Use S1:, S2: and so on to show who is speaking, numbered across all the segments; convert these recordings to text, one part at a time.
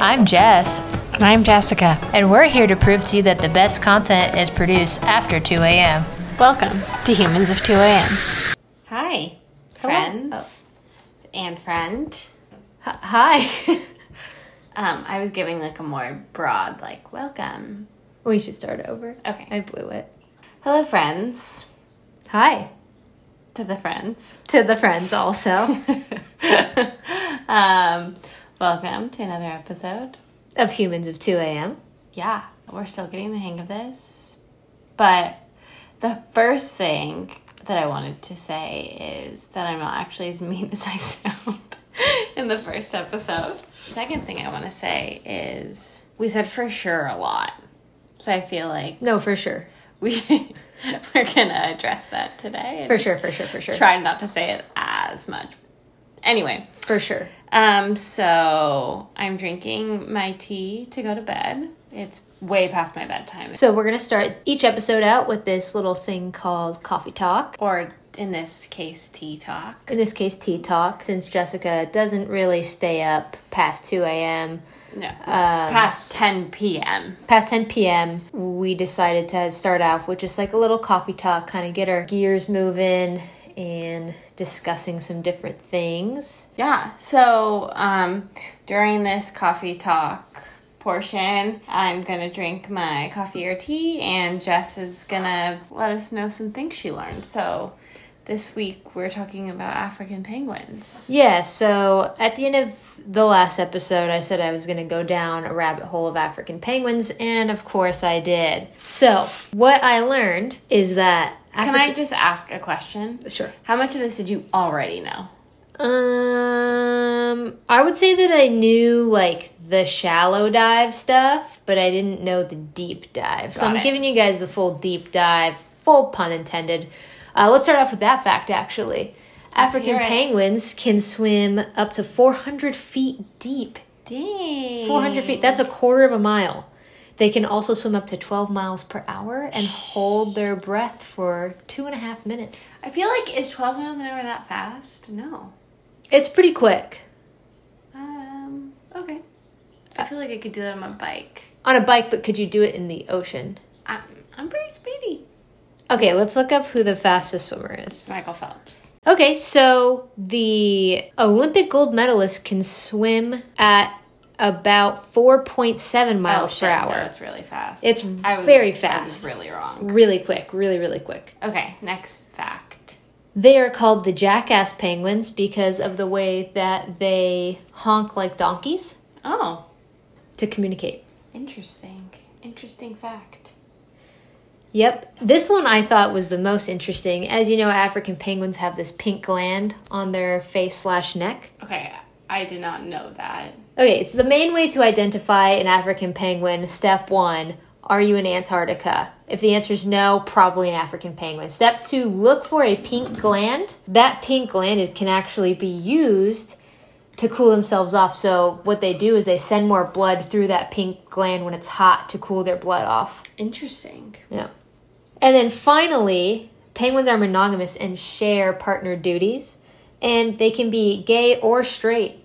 S1: I'm Jess,
S2: And I'm Jessica.
S1: and we're here to prove to you that the best content is produced after 2 a.m.
S2: Welcome to Humans of 2 AM.
S3: Hi, friends Oh. and friend. H- hi. um, I was giving like a more broad, like, welcome.
S4: We should start over.
S3: Okay.
S4: I blew it.
S3: Hello, friends.
S4: Hi
S3: To the friends.
S4: to the friends also
S3: um, welcome to another episode.
S4: of Humans of 2 AM.
S3: Yeah, we're still getting the hang of this. But the first thing that I wanted to say is that I'm not actually as mean as I sound in the first episode. Second thing I want to say is we said for sure a lot. So I feel like
S4: No, for sure.
S3: we we're going to address that today. and
S4: For sure, for sure, for sure.
S3: Try not to say it as much. Anyway,
S4: For sure.
S3: um, so I'm drinking my tea to go to bed. It's way past my bedtime.
S4: So we're going to start each episode out with this little thing called coffee talk.
S3: or in this case, tea talk.
S4: In this case, tea talk, since Jessica doesn't really stay up past 2 a.m.
S3: No, past 10 p.m.
S4: Past 10 p.m., we decided to start off with just like a little coffee talk, kind of get our gears moving and discussing some different things.
S3: Yeah. So um, during this coffee talk portion, I'm gonna drink my coffee or tea, and Jess is gonna let us know some things she learned. So this week we're talking about African penguins.
S4: Yeah, so at the end of the last episode, I said I was going to go down a rabbit hole of African penguins, and of course I did. So, what I learned is that.
S3: Can I just ask a question?
S4: Sure.
S3: How much of this did you already know?
S4: Um, I would say that I knew like the shallow dive stuff, but I didn't know the deep dive. so
S3: Got
S4: I'm
S3: it.
S4: giving you guys the full deep dive, full pun intended. Uh, let's start off with that fact actually. African
S3: hear it.
S4: penguins can swim up to 400 feet deep
S3: Dang.
S4: 400 feet that's a quarter of a mile they can also swim up to 12 miles per hour and hold their breath for two and a half minutes
S3: I feel like is 12 miles an hour that fast? No.
S4: it's pretty quick
S3: Um. Okay. I feel like I could do that on my bike.
S4: on a bike but could you do it in the ocean
S3: I'm, I'm pretty speedy.
S4: okay let's look up who the fastest swimmer is
S3: Michael Phelps.
S4: okay so the olympic gold medalist can swim at about 4.7 miles per
S3: So
S4: hour
S3: it's really fast.
S4: It's very fast.
S3: I was really wrong.
S4: really quick really really quick
S3: Okay, next fact.
S4: They are called the jackass penguins because of the way that they honk like donkeys
S3: Oh,
S4: to communicate.
S3: interesting. Interesting fact.
S4: Yep. This one I thought was the most interesting. As you know, African penguins have this pink gland on their face slash neck.
S3: Okay, I did not know that.
S4: Okay, it's the main way to identify an African penguin. Step one Are you in Antarctica? If the answer is no, probably an African penguin. Step two Look for a pink gland. That pink gland it can actually be used to cool themselves off. So, what they do is they send more blood through that pink gland when it's hot to cool their blood off.
S3: Interesting.
S4: Yeah. And then finally, penguins are monogamous and share partner duties, and they can be gay or straight.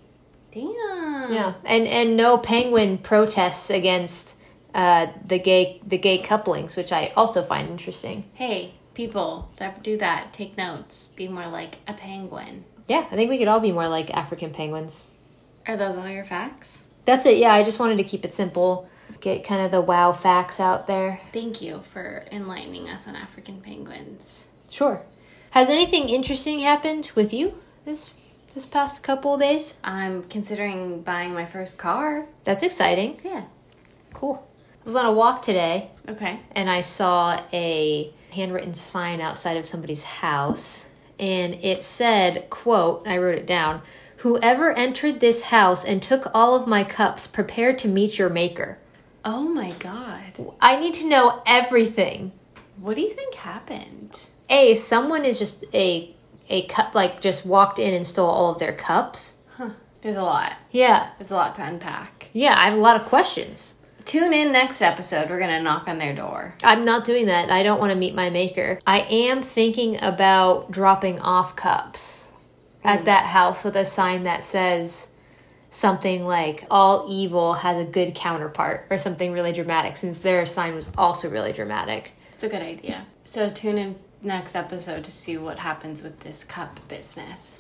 S3: Damn.
S4: Yeah, and and no penguin protests against uh, the gay the gay couplings, which I also find interesting.
S3: Hey, people that do that, take notes. Be more like a penguin.
S4: Yeah, I think we could all be more like African penguins.
S3: Are those all your facts?
S4: That's it. Yeah, I just wanted to keep it simple, get kind of the wow facts out there.
S3: Thank you for enlightening us on African penguins.
S4: Sure. Has anything interesting happened with you this this past couple of days?
S3: I'm considering buying my first car.
S4: That's exciting.
S3: Yeah.
S4: Cool. I was on a walk today
S3: Okay.
S4: and I saw a handwritten sign outside of somebody's house and it said, quote, I wrote it down, whoever entered this house and took all of my cups, prepare to meet your maker.
S3: Oh my god.
S4: I need to know everything.
S3: What do you think happened?
S4: A, someone is just a a cup like just walked in and stole all of their cups.
S3: Huh. There's a lot.
S4: Yeah.
S3: There's a lot to unpack.
S4: Yeah, I have a lot of questions.
S3: Tune in next episode. We're going to knock on their door.
S4: I'm not doing that. I don't want to meet my maker. I am thinking about dropping off cups at that house with a sign that says, something like all evil has a good counterpart or something really dramatic since their sign was also really dramatic.
S3: It's a good idea. So tune in next episode to see what happens with this cup business.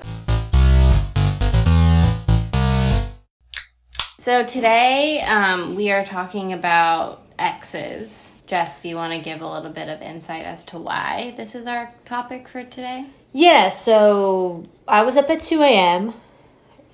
S3: So today um, we are talking about exes. Jess, do you want to give a little bit of insight as to why this is our topic for today?
S4: Yeah, so I was up at 2 a.m.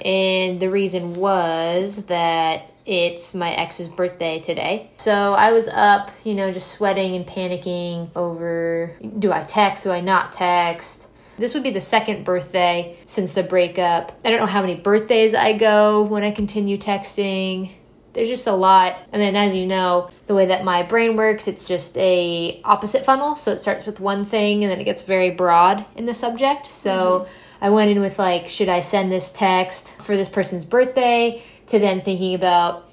S4: and the reason was that it's my ex's birthday today. So I was up, you know, just sweating and panicking over do I text, do I not text? This would be the second birthday since the breakup. I don't know how many birthdays I go when I continue texting there's just a lot and then as you know the way that my brain works it's just a opposite funnel so it starts with one thing and then it gets very broad in the subject so i went in with like should i send this text for this person's birthday to then thinking about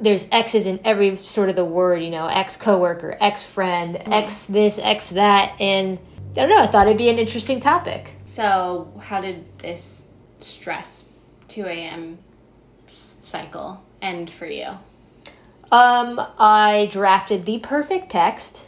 S4: there's x's in every sort of the word you know ex coworker ex friend ex this ex that and i don't know i thought it'd be an interesting topic
S3: So, how did this stress 2 a.m. s- cycle end for you?
S4: Um, I drafted the perfect text.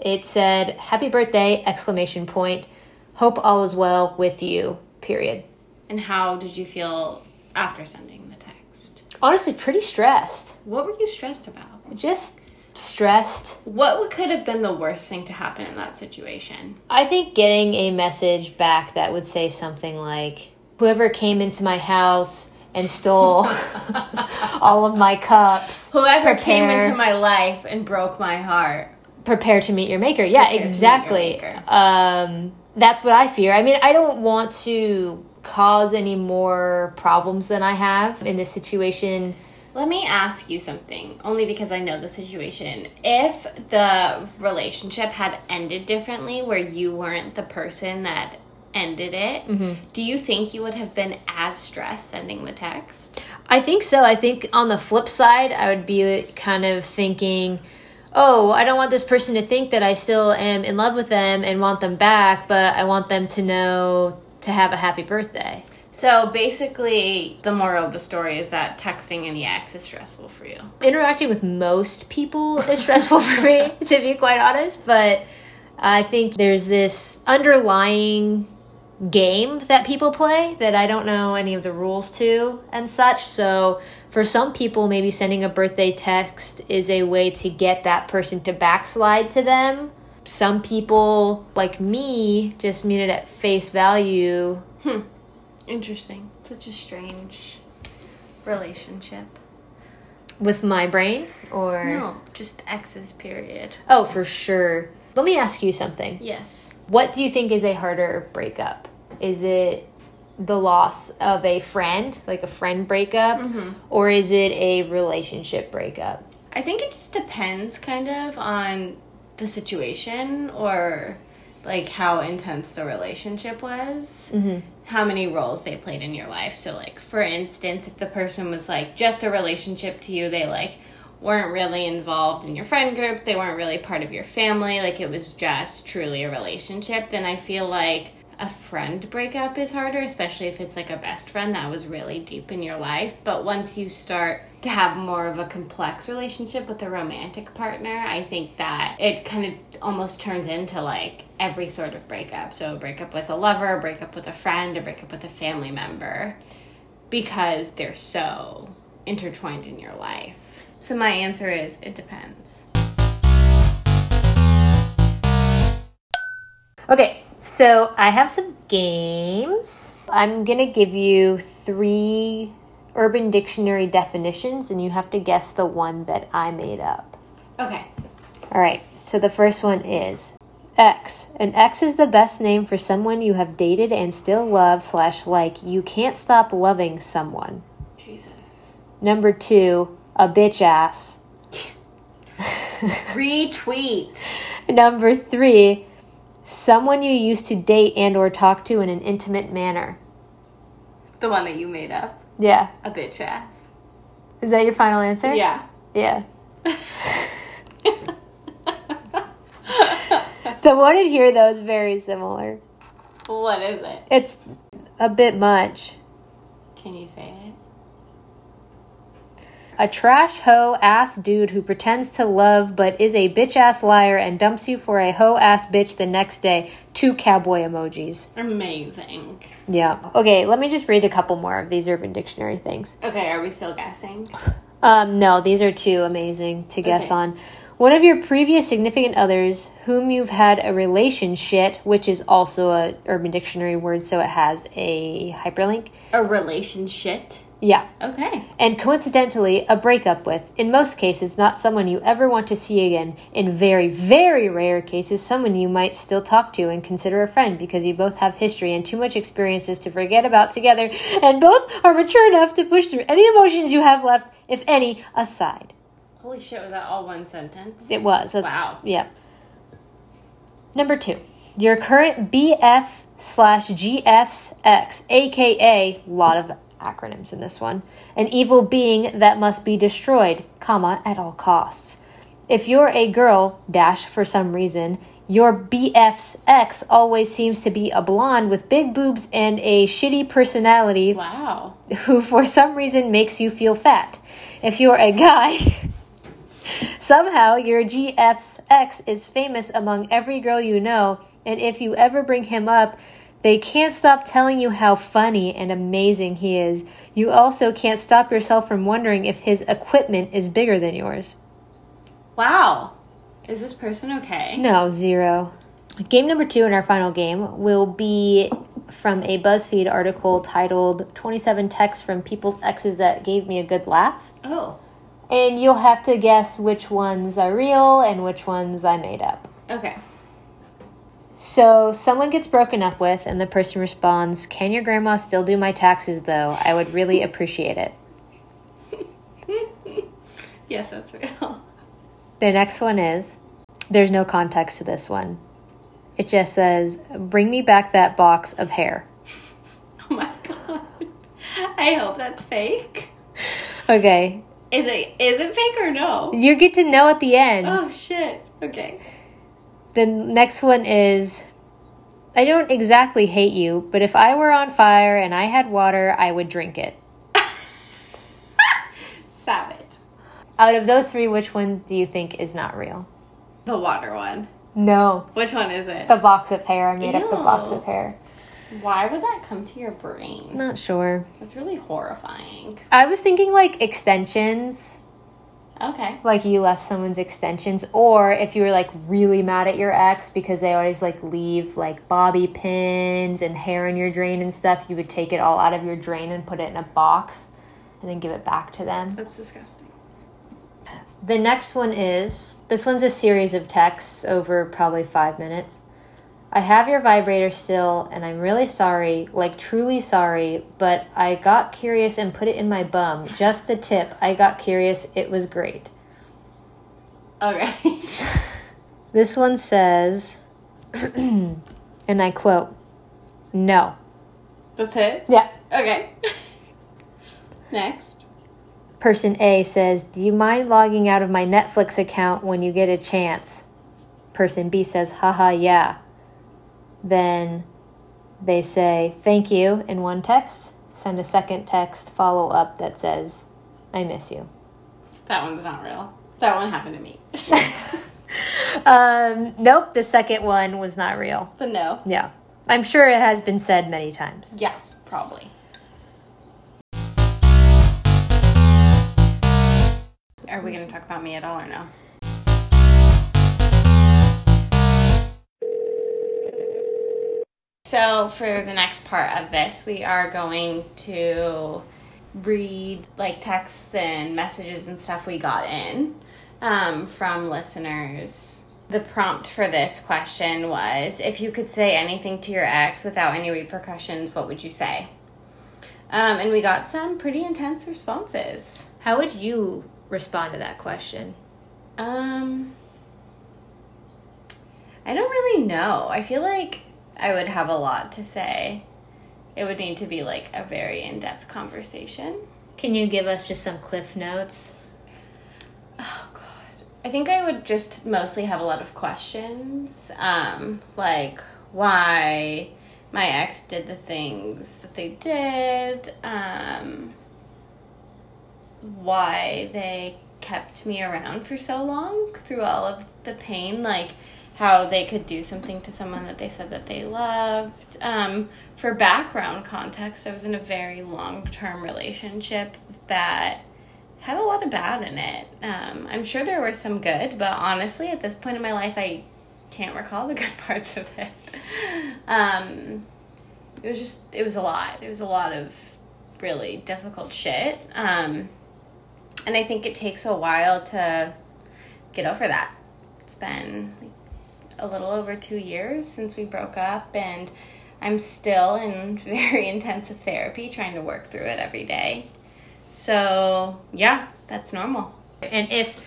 S4: It said, "Happy birthday!" Exclamation point. Hope all is well with you. Period.
S3: And how did you feel after sending the text?
S4: Honestly, pretty stressed.
S3: What were you stressed about?
S4: Just stressed.
S3: What would- could have been the worst thing to happen in that situation?
S4: I think getting a message back that would say something like, "Whoever came into my house and stole all of my cups,
S3: Whoever came
S4: prepare-
S3: into my life and broke my heart.
S4: prepare to meet your maker. Yeah,
S3: meet your
S4: exactly.
S3: maker.
S4: Um, that's what I fear. I mean, I don't want to cause any more problems than I have in this situation.
S3: Let me ask you something, only because I know the situation. If the relationship had ended differently, where you weren't the person that ended it, do you think you would have been as stressed sending the text?
S4: I think so. I think on the flip side, I would be kind of thinking, oh, I don't want this person to think that I still am in love with them and want them back, but I want them to know to have a happy birthday.
S3: So basically, the moral of the story is that texting any ex is stressful for you.
S4: interacting with most people is stressful for me, to be quite honest. But I think there's this underlying game that people play that I don't know any of the rules to and such. So for some people, maybe sending a birthday text is a way to get that person to backslide to them. Some people, like me, just mean it at face value.
S3: Interesting. Such a strange relationship.
S4: With my brain, or
S3: No, just exes, period.
S4: oh, for sure. Let me ask you something.
S3: Yes.
S4: What do you think is a harder breakup? Is it the loss of a friend, like a friend breakup, or is it a relationship breakup?
S3: I think it just depends kind of on the situation or like how intense the relationship was, how many roles they played in your life. So, like, for instance, if the person was like just a relationship to you, they like weren't really involved in your friend group, they weren't really part of your family, like it was just truly a relationship, then I feel like a friend breakup is harder, especially if it's like a best friend that was really deep in your life. But once you start to have more of a complex relationship with a romantic partner, I think that it kind of almost turns into like every sort of breakup. So, a breakup with a lover, a breakup with a friend, a breakup with a family member, because they're so intertwined in your life. So, my answer is it depends.
S4: Okay, so I have some games. I'm gonna give you three Urban Dictionary definitions, and you have to guess the one that I made up.
S3: Okay.
S4: All right. So the first one is X. An X is the best name for someone you have dated and still love slash like. You can't stop loving someone.
S3: Jesus.
S4: Number two, a bitch ass.
S3: Retweet.
S4: Number three, someone you used to date and or talk to in an intimate manner.
S3: The one that you made up.
S4: Yeah.
S3: A bitch ass.
S4: Is that your final answer?
S3: Yeah.
S4: Yeah. the one in here though is very similar.
S3: What is it?
S4: It's a bit much.
S3: Can you say it?
S4: A trash hoe ass dude who pretends to love but is a bitch ass liar and dumps you for a hoe ass bitch the next day. Two cowboy emojis.
S3: Amazing.
S4: Yeah. Okay, let me just read a couple more of these Urban Dictionary things.
S3: Okay, are we still guessing?
S4: Um, no, these are two amazing to guess
S3: Okay.
S4: on. One of your previous significant others whom you've had a relationship, which is also a Urban Dictionary word, so it has a hyperlink.
S3: A relationship.
S4: Yeah.
S3: Okay.
S4: And coincidentally, a breakup with. In most cases, not someone you ever want to see again. In very, very rare cases, someone you might still talk to and consider a friend because you both have history and too much experiences to forget about together, and both are mature enough to push through any emotions you have left, if any, aside.
S3: Holy shit, was that all one sentence?
S4: It was. That's,
S3: Wow.
S4: Yeah. Number two, your current BF slash GF's ex, aka lot of acronyms in this one, an evil being that must be destroyed, comma at all costs. If you're a girl dash for some reason, your BF's ex always seems to be a blonde with big boobs and a shitty personality
S3: Wow.
S4: who for some reason makes you feel fat. If you're a guy, somehow your GF's ex is famous among every girl you know, and if you ever bring him up, they can't stop telling you how funny and amazing he is. You also can't stop yourself from wondering if his equipment is bigger than yours.
S3: Wow. Is this person okay?
S4: No, zero. Game number two in our final game will be from a BuzzFeed article titled 27 Texts from People's Exes That Gave Me a Good Laugh.
S3: Oh.
S4: And you'll have to guess which ones are real and which ones I made up.
S3: Okay.
S4: So, someone gets broken up with, and the person responds, Can your grandma still do my taxes though? I would really appreciate it.
S3: Yes, that's real. Oh
S4: The next one is there's no context to this one. It just says, Bring me back that box of hair.
S3: Oh my god. I hope that's fake.
S4: Okay,
S3: Is it is it fake or no?
S4: you get to know at the end.
S3: Oh shit. Okay.
S4: The next one is I don't exactly hate you, but if I were on fire and I had water, I would drink it.
S3: Savage.
S4: Out of those three, which one do you think is not real?
S3: The water one.
S4: No.
S3: Which one is it?
S4: The box of hair. I made up the box
S3: Ew.
S4: of hair.
S3: Why would that come to your brain?
S4: Not sure.
S3: That's really horrifying.
S4: I was thinking like extensions,
S3: Okay.
S4: like you left someone's extensions, or if you were like really mad at your ex because they always like leave like bobby pins and hair in your drain and stuff, you would take it all out of your drain and put it in a box and then give it back to them.
S3: That's disgusting.
S4: The next one is this one's a series of texts over probably five minutes. I have your vibrator still, and I'm really sorry, like truly sorry, but I got curious and put it in my bum. Just the tip. I got curious. It was great.
S3: Okay.
S4: This one says, and I quote, no.
S3: that's it?
S4: Yeah.
S3: Okay. Next.
S4: Person A says, Do you mind logging out of my Netflix account when you get a chance? Person B says, Haha, yeah. Then they say, Thank you in one text, send a second text follow up that says, I miss you.
S3: That one's not real. That one happened to me.
S4: Um, nope, the second one was not real.
S3: but no.
S4: Yeah. I'm sure it has been said many times.
S3: Yeah, probably. Are we going to talk about me at all or no? So, for the next part of this, we are going to read like texts and messages and stuff we got in um, from listeners. The prompt for this question was if you could say anything to your ex without any repercussions, what would you say? Um, and we got some pretty intense responses.
S4: How would you respond to that question?
S3: Um, I don't really know. I feel like I would have a lot to say. It would need to be like a very in depth conversation.
S4: Can you give us just some cliff notes?
S3: Oh god. I think I would just mostly have a lot of questions. Um, like why my ex did the things that they did, um why they kept me around for so long through all of the pain, like how they could do something to someone that they said that they loved. Um, for background context, I was in a very long term relationship that had a lot of bad in it. Um, I'm sure there were some good, but honestly, at this point in my life, I can't recall the good parts of it. Um, it was just, it was a lot. It was a lot of really difficult shit. Um, and I think it takes a while to get over that. It's been like, a little over two years since we broke up, and I'm still in very intensive therapy trying to work through it every day. So, yeah, that's normal.
S4: And if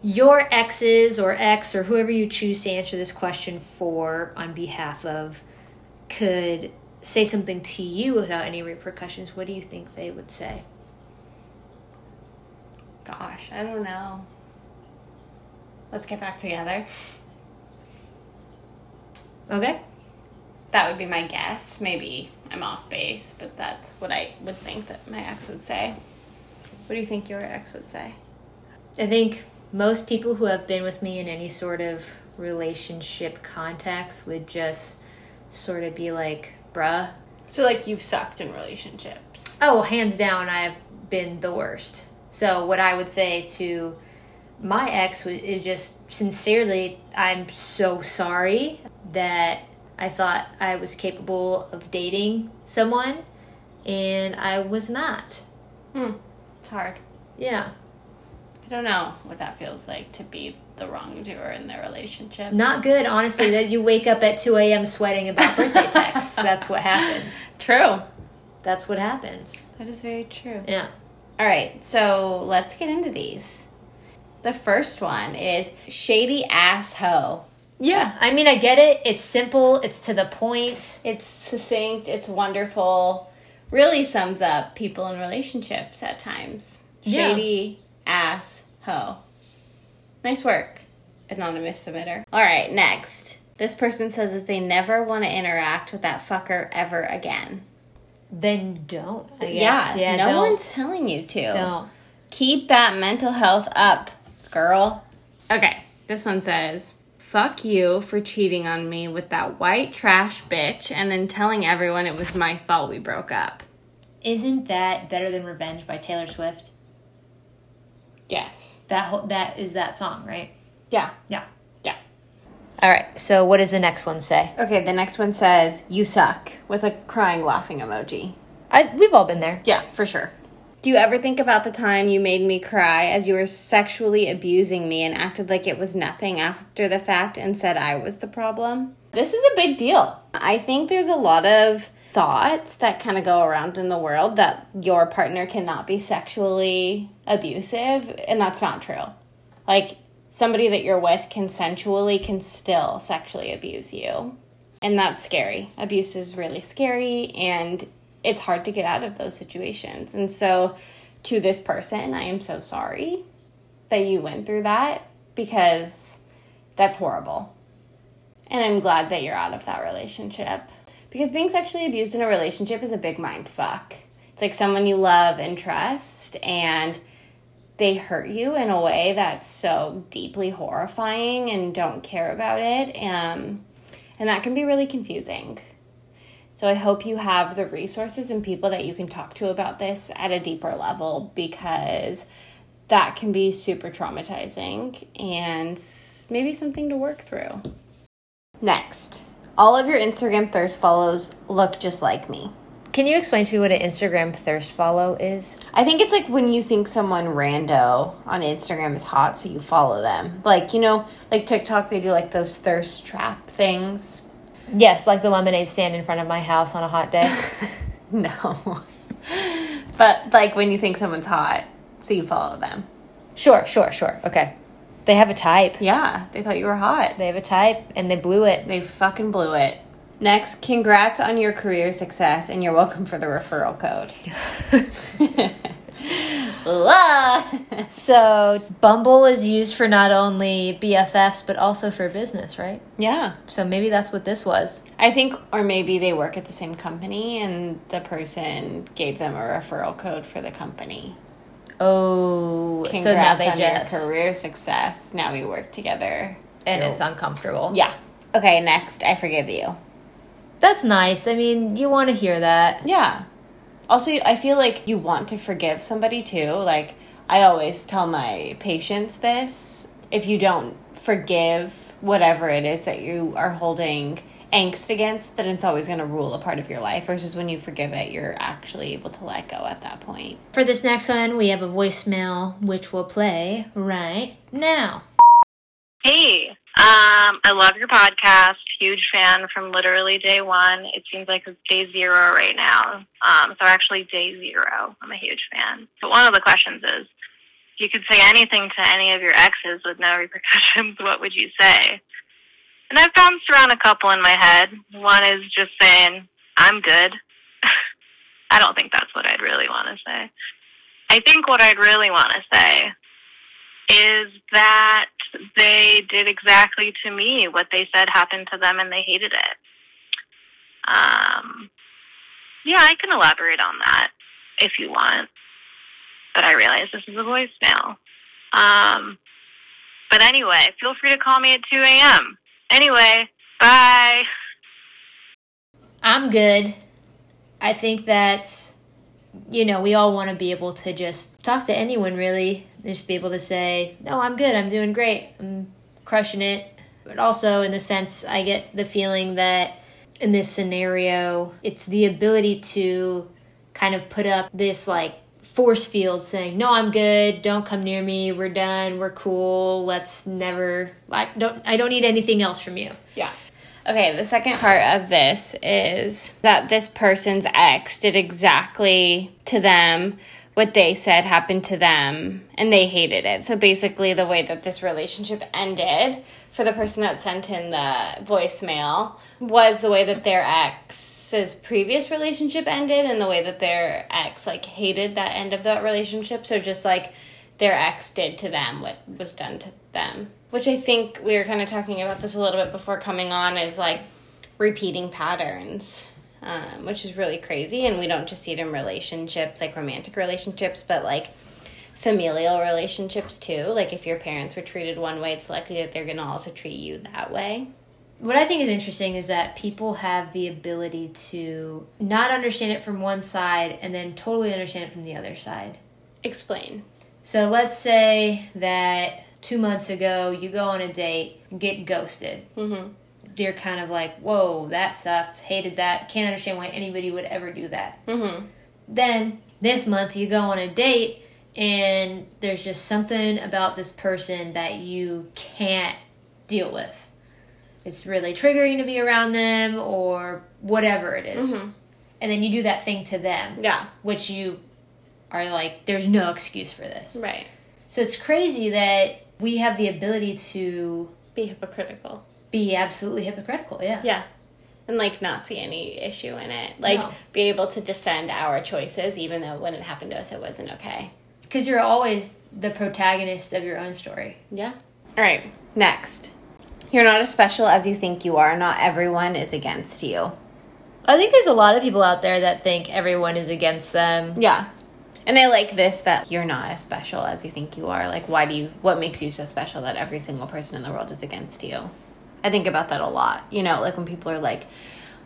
S4: your exes or ex or whoever you choose to answer this question for on behalf of could say something to you without any repercussions, what do you think they would say?
S3: Gosh, I don't know. Let's get back together.
S4: Okay?
S3: That would be my guess. Maybe I'm off base, but that's what I would think that my ex would say. What do you think your ex would say?
S4: I think most people who have been with me in any sort of relationship context would just sort of be like, bruh.
S3: So, like, you've sucked in relationships.
S4: Oh, hands down, I've been the worst. So, what I would say to my ex was is just sincerely, I'm so sorry that I thought I was capable of dating someone and I was not.
S3: Hmm, It's hard.
S4: Yeah.
S3: I don't know what that feels like to be the wrongdoer in their relationship.
S4: Not good, honestly, that you wake up at 2 a.m. sweating about birthday texts. That's what happens.
S3: True.
S4: That's what happens.
S3: That is very true.
S4: Yeah.
S3: All right, so let's get into these. The first one is shady asshole.
S4: Yeah. I mean, I get it. It's simple, it's to the point.
S3: It's succinct, it's wonderful. Really sums up people in relationships at times.
S4: Yeah.
S3: Shady ass hoe. Nice work, anonymous submitter. All right, next. This person says that they never want to interact with that fucker ever again.
S4: Then don't. I guess.
S3: Yeah, no
S4: don't.
S3: one's telling you to.
S4: Don't.
S3: Keep that mental health up, girl. Okay, this one says, Fuck you for cheating on me with that white trash bitch and then telling everyone it was my fault we broke up.
S4: Isn't that better than Revenge by Taylor Swift?
S3: Yes.
S4: That whole, that is that song, right?
S3: Yeah.
S4: Yeah.
S3: Yeah.
S4: All right. So what does the next one say?
S3: Okay, the next one says, You suck with a crying laughing emoji.
S4: I we've all been there.
S3: Yeah, for sure. Do you ever think about the time you made me cry as you were sexually abusing me and acted like it was nothing after the fact and said I was the problem? This is a big deal. I think there's a lot of thoughts that kind of go around in the world that your partner cannot be sexually abusive, and that's not true. Like, somebody that you're with consensually can still sexually abuse you. And that's scary. Abuse is really scary and it's hard to get out of those situations. And so to this person, I am so sorry that you went through that because that's horrible. And I'm glad that you're out of that relationship because being sexually abused in a relationship is a big mind fuck. It's like someone you love and trust and they hurt you in a way that's so deeply horrifying and don't care about it. Um, and that can be really confusing. So I hope you have the resources and people that you can talk to about this at a deeper level because that can be super traumatizing and s- maybe something to work through. Next, all of your Instagram thirst follows look just like me.
S4: Can you explain to me what an Instagram thirst follow is?
S3: I think it's like when you think someone rando on Instagram is hot, so you follow them. Like, you know, like TikTok, they do like those thirst trap things.
S4: Yes, like the lemonade stand in front of my house on a hot day.
S3: No. but like when you think someone's hot, so you follow them.
S4: sure, sure, sure. Okay. They have a type.
S3: Yeah, they thought you were hot.
S4: They have a type and they blew it.
S3: They fucking blew it. Next, congrats on your career success and you're welcome for the referral code. Love.
S4: So, Bumble is used for not only BFFs but also for business, right?
S3: yeah.
S4: So maybe that's what this was.
S3: I think, or maybe they work at the same company and the person gave them a referral code for the company.
S1: oh,
S3: Congrats
S1: so now they
S3: on
S1: just
S3: your career success. Now we work together.
S1: and it's uncomfortable.
S3: Yeah. Okay, next, I forgive you.
S1: That's nice. I mean, you want to hear that.
S3: Yeah. Also, I feel like you want to forgive somebody too. Like, I always tell my patients this. If you don't forgive whatever it is that you are holding angst against, then it's always going to rule a part of your life. Versus when you forgive it, you're actually able to let go at that point.
S1: For this next one, we have a voicemail which will play right now.
S5: Hey, um, I love your podcast. Huge fan from literally day one. It seems like it's day zero right now. Um, so actually, day zero. I'm a huge fan. But one of the questions is, if you could say anything to any of your exes with no repercussions, what would you say? And I've bounced around a couple in my head. One is just saying, "I'm good." I don't think that's what I'd really want to say. I think what I'd really want to say is that they did exactly to me what they said happened to them and they hated it. Um, yeah, I can elaborate on that if you want, but I realize this is a voicemail. Um, but anyway, feel free to call me at 2 a.m. Anyway, bye.
S1: I'm good. I think that, you know, we all want to be able to just talk to anyone really. Just be able to say, no, I'm good. I'm doing great. I'm crushing it. But also, in the sense, I get the feeling that in this scenario, it's the ability to kind of put up this like force field saying, no, I'm good. Don't come near me. We're done. We're cool. Let's never, I don't, I don't need anything else from you.
S3: Yeah. Okay, the second part of this is that this person's ex did exactly to them what they said happened to them and they hated it. So basically, the way that this relationship ended for the person that sent in the voicemail was the way that their ex's previous relationship ended and the way that their ex like hated that end of that relationship. So just like their ex did to them what was done to them which i think we were kind of talking about this a little bit before coming on is like repeating patterns um, which is really crazy and we don't just see it in relationships like romantic relationships but like familial relationships too like if your parents were treated one way it's likely that they're going to also treat you that way
S1: What I think is interesting is that people have the ability to not understand it from one side and then totally understand it from the other side.
S3: explain
S1: So let's say that two months ago you go on a date, get ghosted. Mm-hmm. You're kind of like, whoa, that sucked, hated that, can't understand why anybody would ever do that. Mm-hmm. Then this month you go on a date and there's just something about this person that you can't deal with. It's really triggering to be around them or whatever it is. And then you do that thing to them,
S3: yeah
S1: which you are like, there's no excuse for this.
S3: right
S1: So it's crazy that we have the ability to
S3: be hypocritical
S1: be absolutely hypocritical. Yeah.
S3: yeah and like not see any issue in it like
S1: No.
S3: be able to defend our choices even though when it happened to us it wasn't okay
S1: Because you're always the protagonist of your own story.
S3: Yeah. All right. Next. You're not as special as you think you are. Not everyone is against you.
S1: I think there's a lot of people out there that think everyone is against them.
S3: Yeah. And I like this that you're not as special as you think you are. Like, why do you, what makes you so special that every single person in the world is against you? I think about that a lot. You know, like when people are like,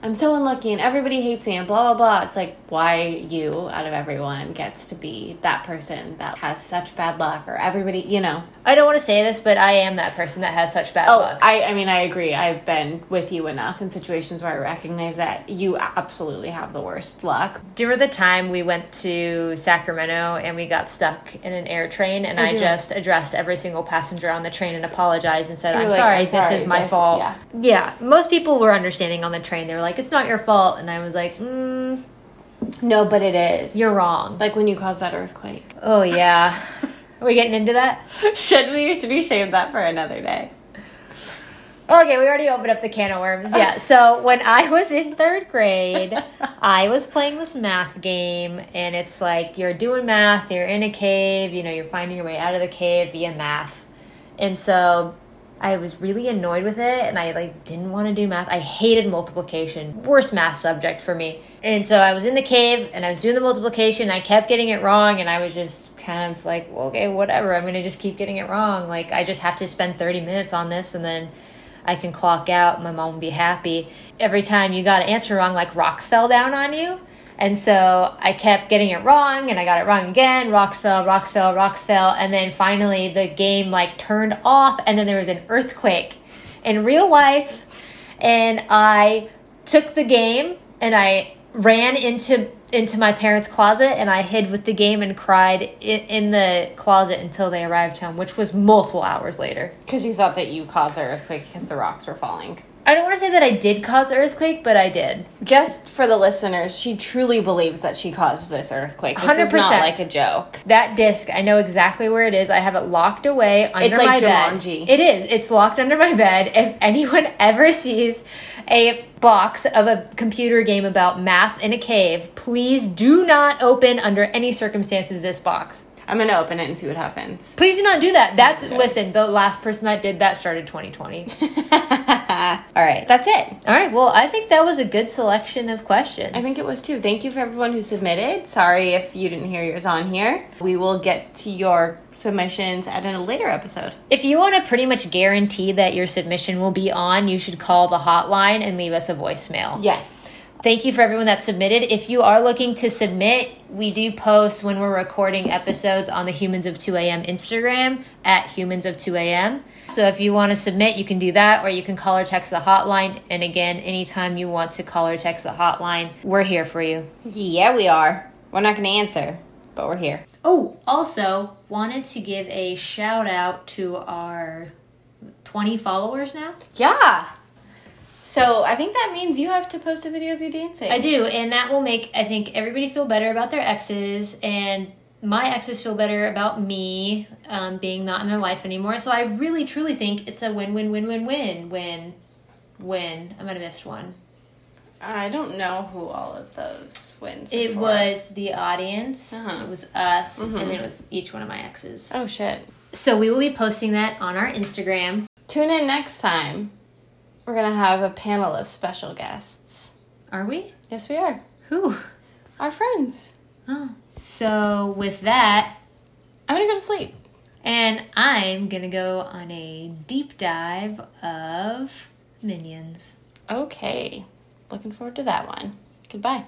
S3: I'm so unlucky and everybody hates me and blah, blah, blah. It's like, why you out of everyone gets to be that person that has such bad luck or everybody, you know.
S1: I don't want to say this, but I am that person that has such bad
S3: Oh,
S1: luck.
S3: I, I mean, I agree. I've been with you enough in situations where I recognize that you absolutely have the worst luck.
S1: Do you remember the time we went to Sacramento and we got stuck in an air train
S3: Oh,
S1: and I, just addressed every single passenger on the train and apologized and said, I'm,
S3: like,
S1: sorry,
S3: "I'm
S1: this
S3: sorry,
S1: is my
S3: this-
S1: fault.
S3: yeah.
S1: Yeah. most people were understanding on the train. They were like, it's not your fault. And I was like, mm,
S3: No, but it is.
S1: you're wrong.
S3: Like when you caused that earthquake.
S1: oh, yeah. Are we getting into that?
S3: should we or should we shave that for another day?
S1: Okay, we already opened up the can of worms. Yeah. So when I was in third grade, I was playing this math game, and it's like you're doing math, you're in a cave, you know, you're finding your way out of the cave via math. And so I was really annoyed with it and I like didn't want to do math. I hated multiplication. Worst math subject for me. And so I was in the cave and I was doing the multiplication. I kept getting it wrong and I was just kind of like, well, okay, whatever. I'm going to just keep getting it wrong. Like I just have to spend 30 minutes on this and then I can clock out. My mom will be happy. Every time you got an answer wrong, like rocks fell down on you. And so I kept getting it wrong and I got it wrong again. Rocks fell, rocks fell, rocks fell. And then finally the game like turned off and then there was an earthquake in real life. And I took the game and I ran into into my parents' closet and I hid with the game and cried in, in the closet until they arrived home, which was multiple hours later.
S3: Because you thought that you caused the earthquake because the rocks were falling.
S1: I don't want to say that I did cause the earthquake, but I did.
S3: Just for the listeners, she truly believes that she caused this earthquake. This is not
S1: 100%.
S3: like a joke.
S1: That disc, I know exactly where it is. I have it locked away under
S3: like
S1: my
S3: Jumanji.
S1: bed. It is. It's locked under my bed. If anyone ever sees a box of a computer game about math in a cave, please do not open under any circumstances this box.
S3: I'm going to open it and see what happens.
S1: Please do not do that. That's listen, the last person that did that started 2020.
S3: All right, that's it.
S1: All right, well, I think that was a good selection of questions.
S3: I think it was too. Thank you for everyone who submitted. Sorry if you didn't hear yours on here. We will get to your submissions at a later episode.
S1: If you want to pretty much guarantee that your submission will be on, you should call the hotline and leave us a voicemail.
S3: Yes.
S1: Thank you for everyone that submitted. If you are looking to submit, we do post when we're recording episodes on the Humans of 2AM Instagram at Humans of 2AM. So if you want to submit, you can do that or you can call or text the hotline. And again, anytime you want to call or text the hotline, we're here for you.
S3: Yeah, we are. We're not going to answer, but we're here.
S1: Oh, also wanted to give a shout out to our 20 followers now.
S3: Yeah. So I think that means you have to post a video of you dancing.
S1: I do, and that will make I think everybody feel better about their exes, and my exes feel better about me um, being not in their life anymore. So I really truly think it's a win win win win win win win. I might have missed one.
S3: I don't know who all of those wins.
S1: It
S3: before.
S1: was the audience,
S3: Uh-huh.
S1: it was us, and then it was each one of my exes.
S3: Oh shit.
S1: So we will be posting that on our Instagram.
S3: Tune in next time. We're gonna have a panel of special guests.
S1: Are we?
S3: Yes, we are.
S1: Who?
S3: Our friends.
S1: Oh. So with that,
S3: I'm gonna go to sleep.
S1: and I'm gonna go on a deep dive of minions.
S3: Okay. Looking forward to that one. Goodbye.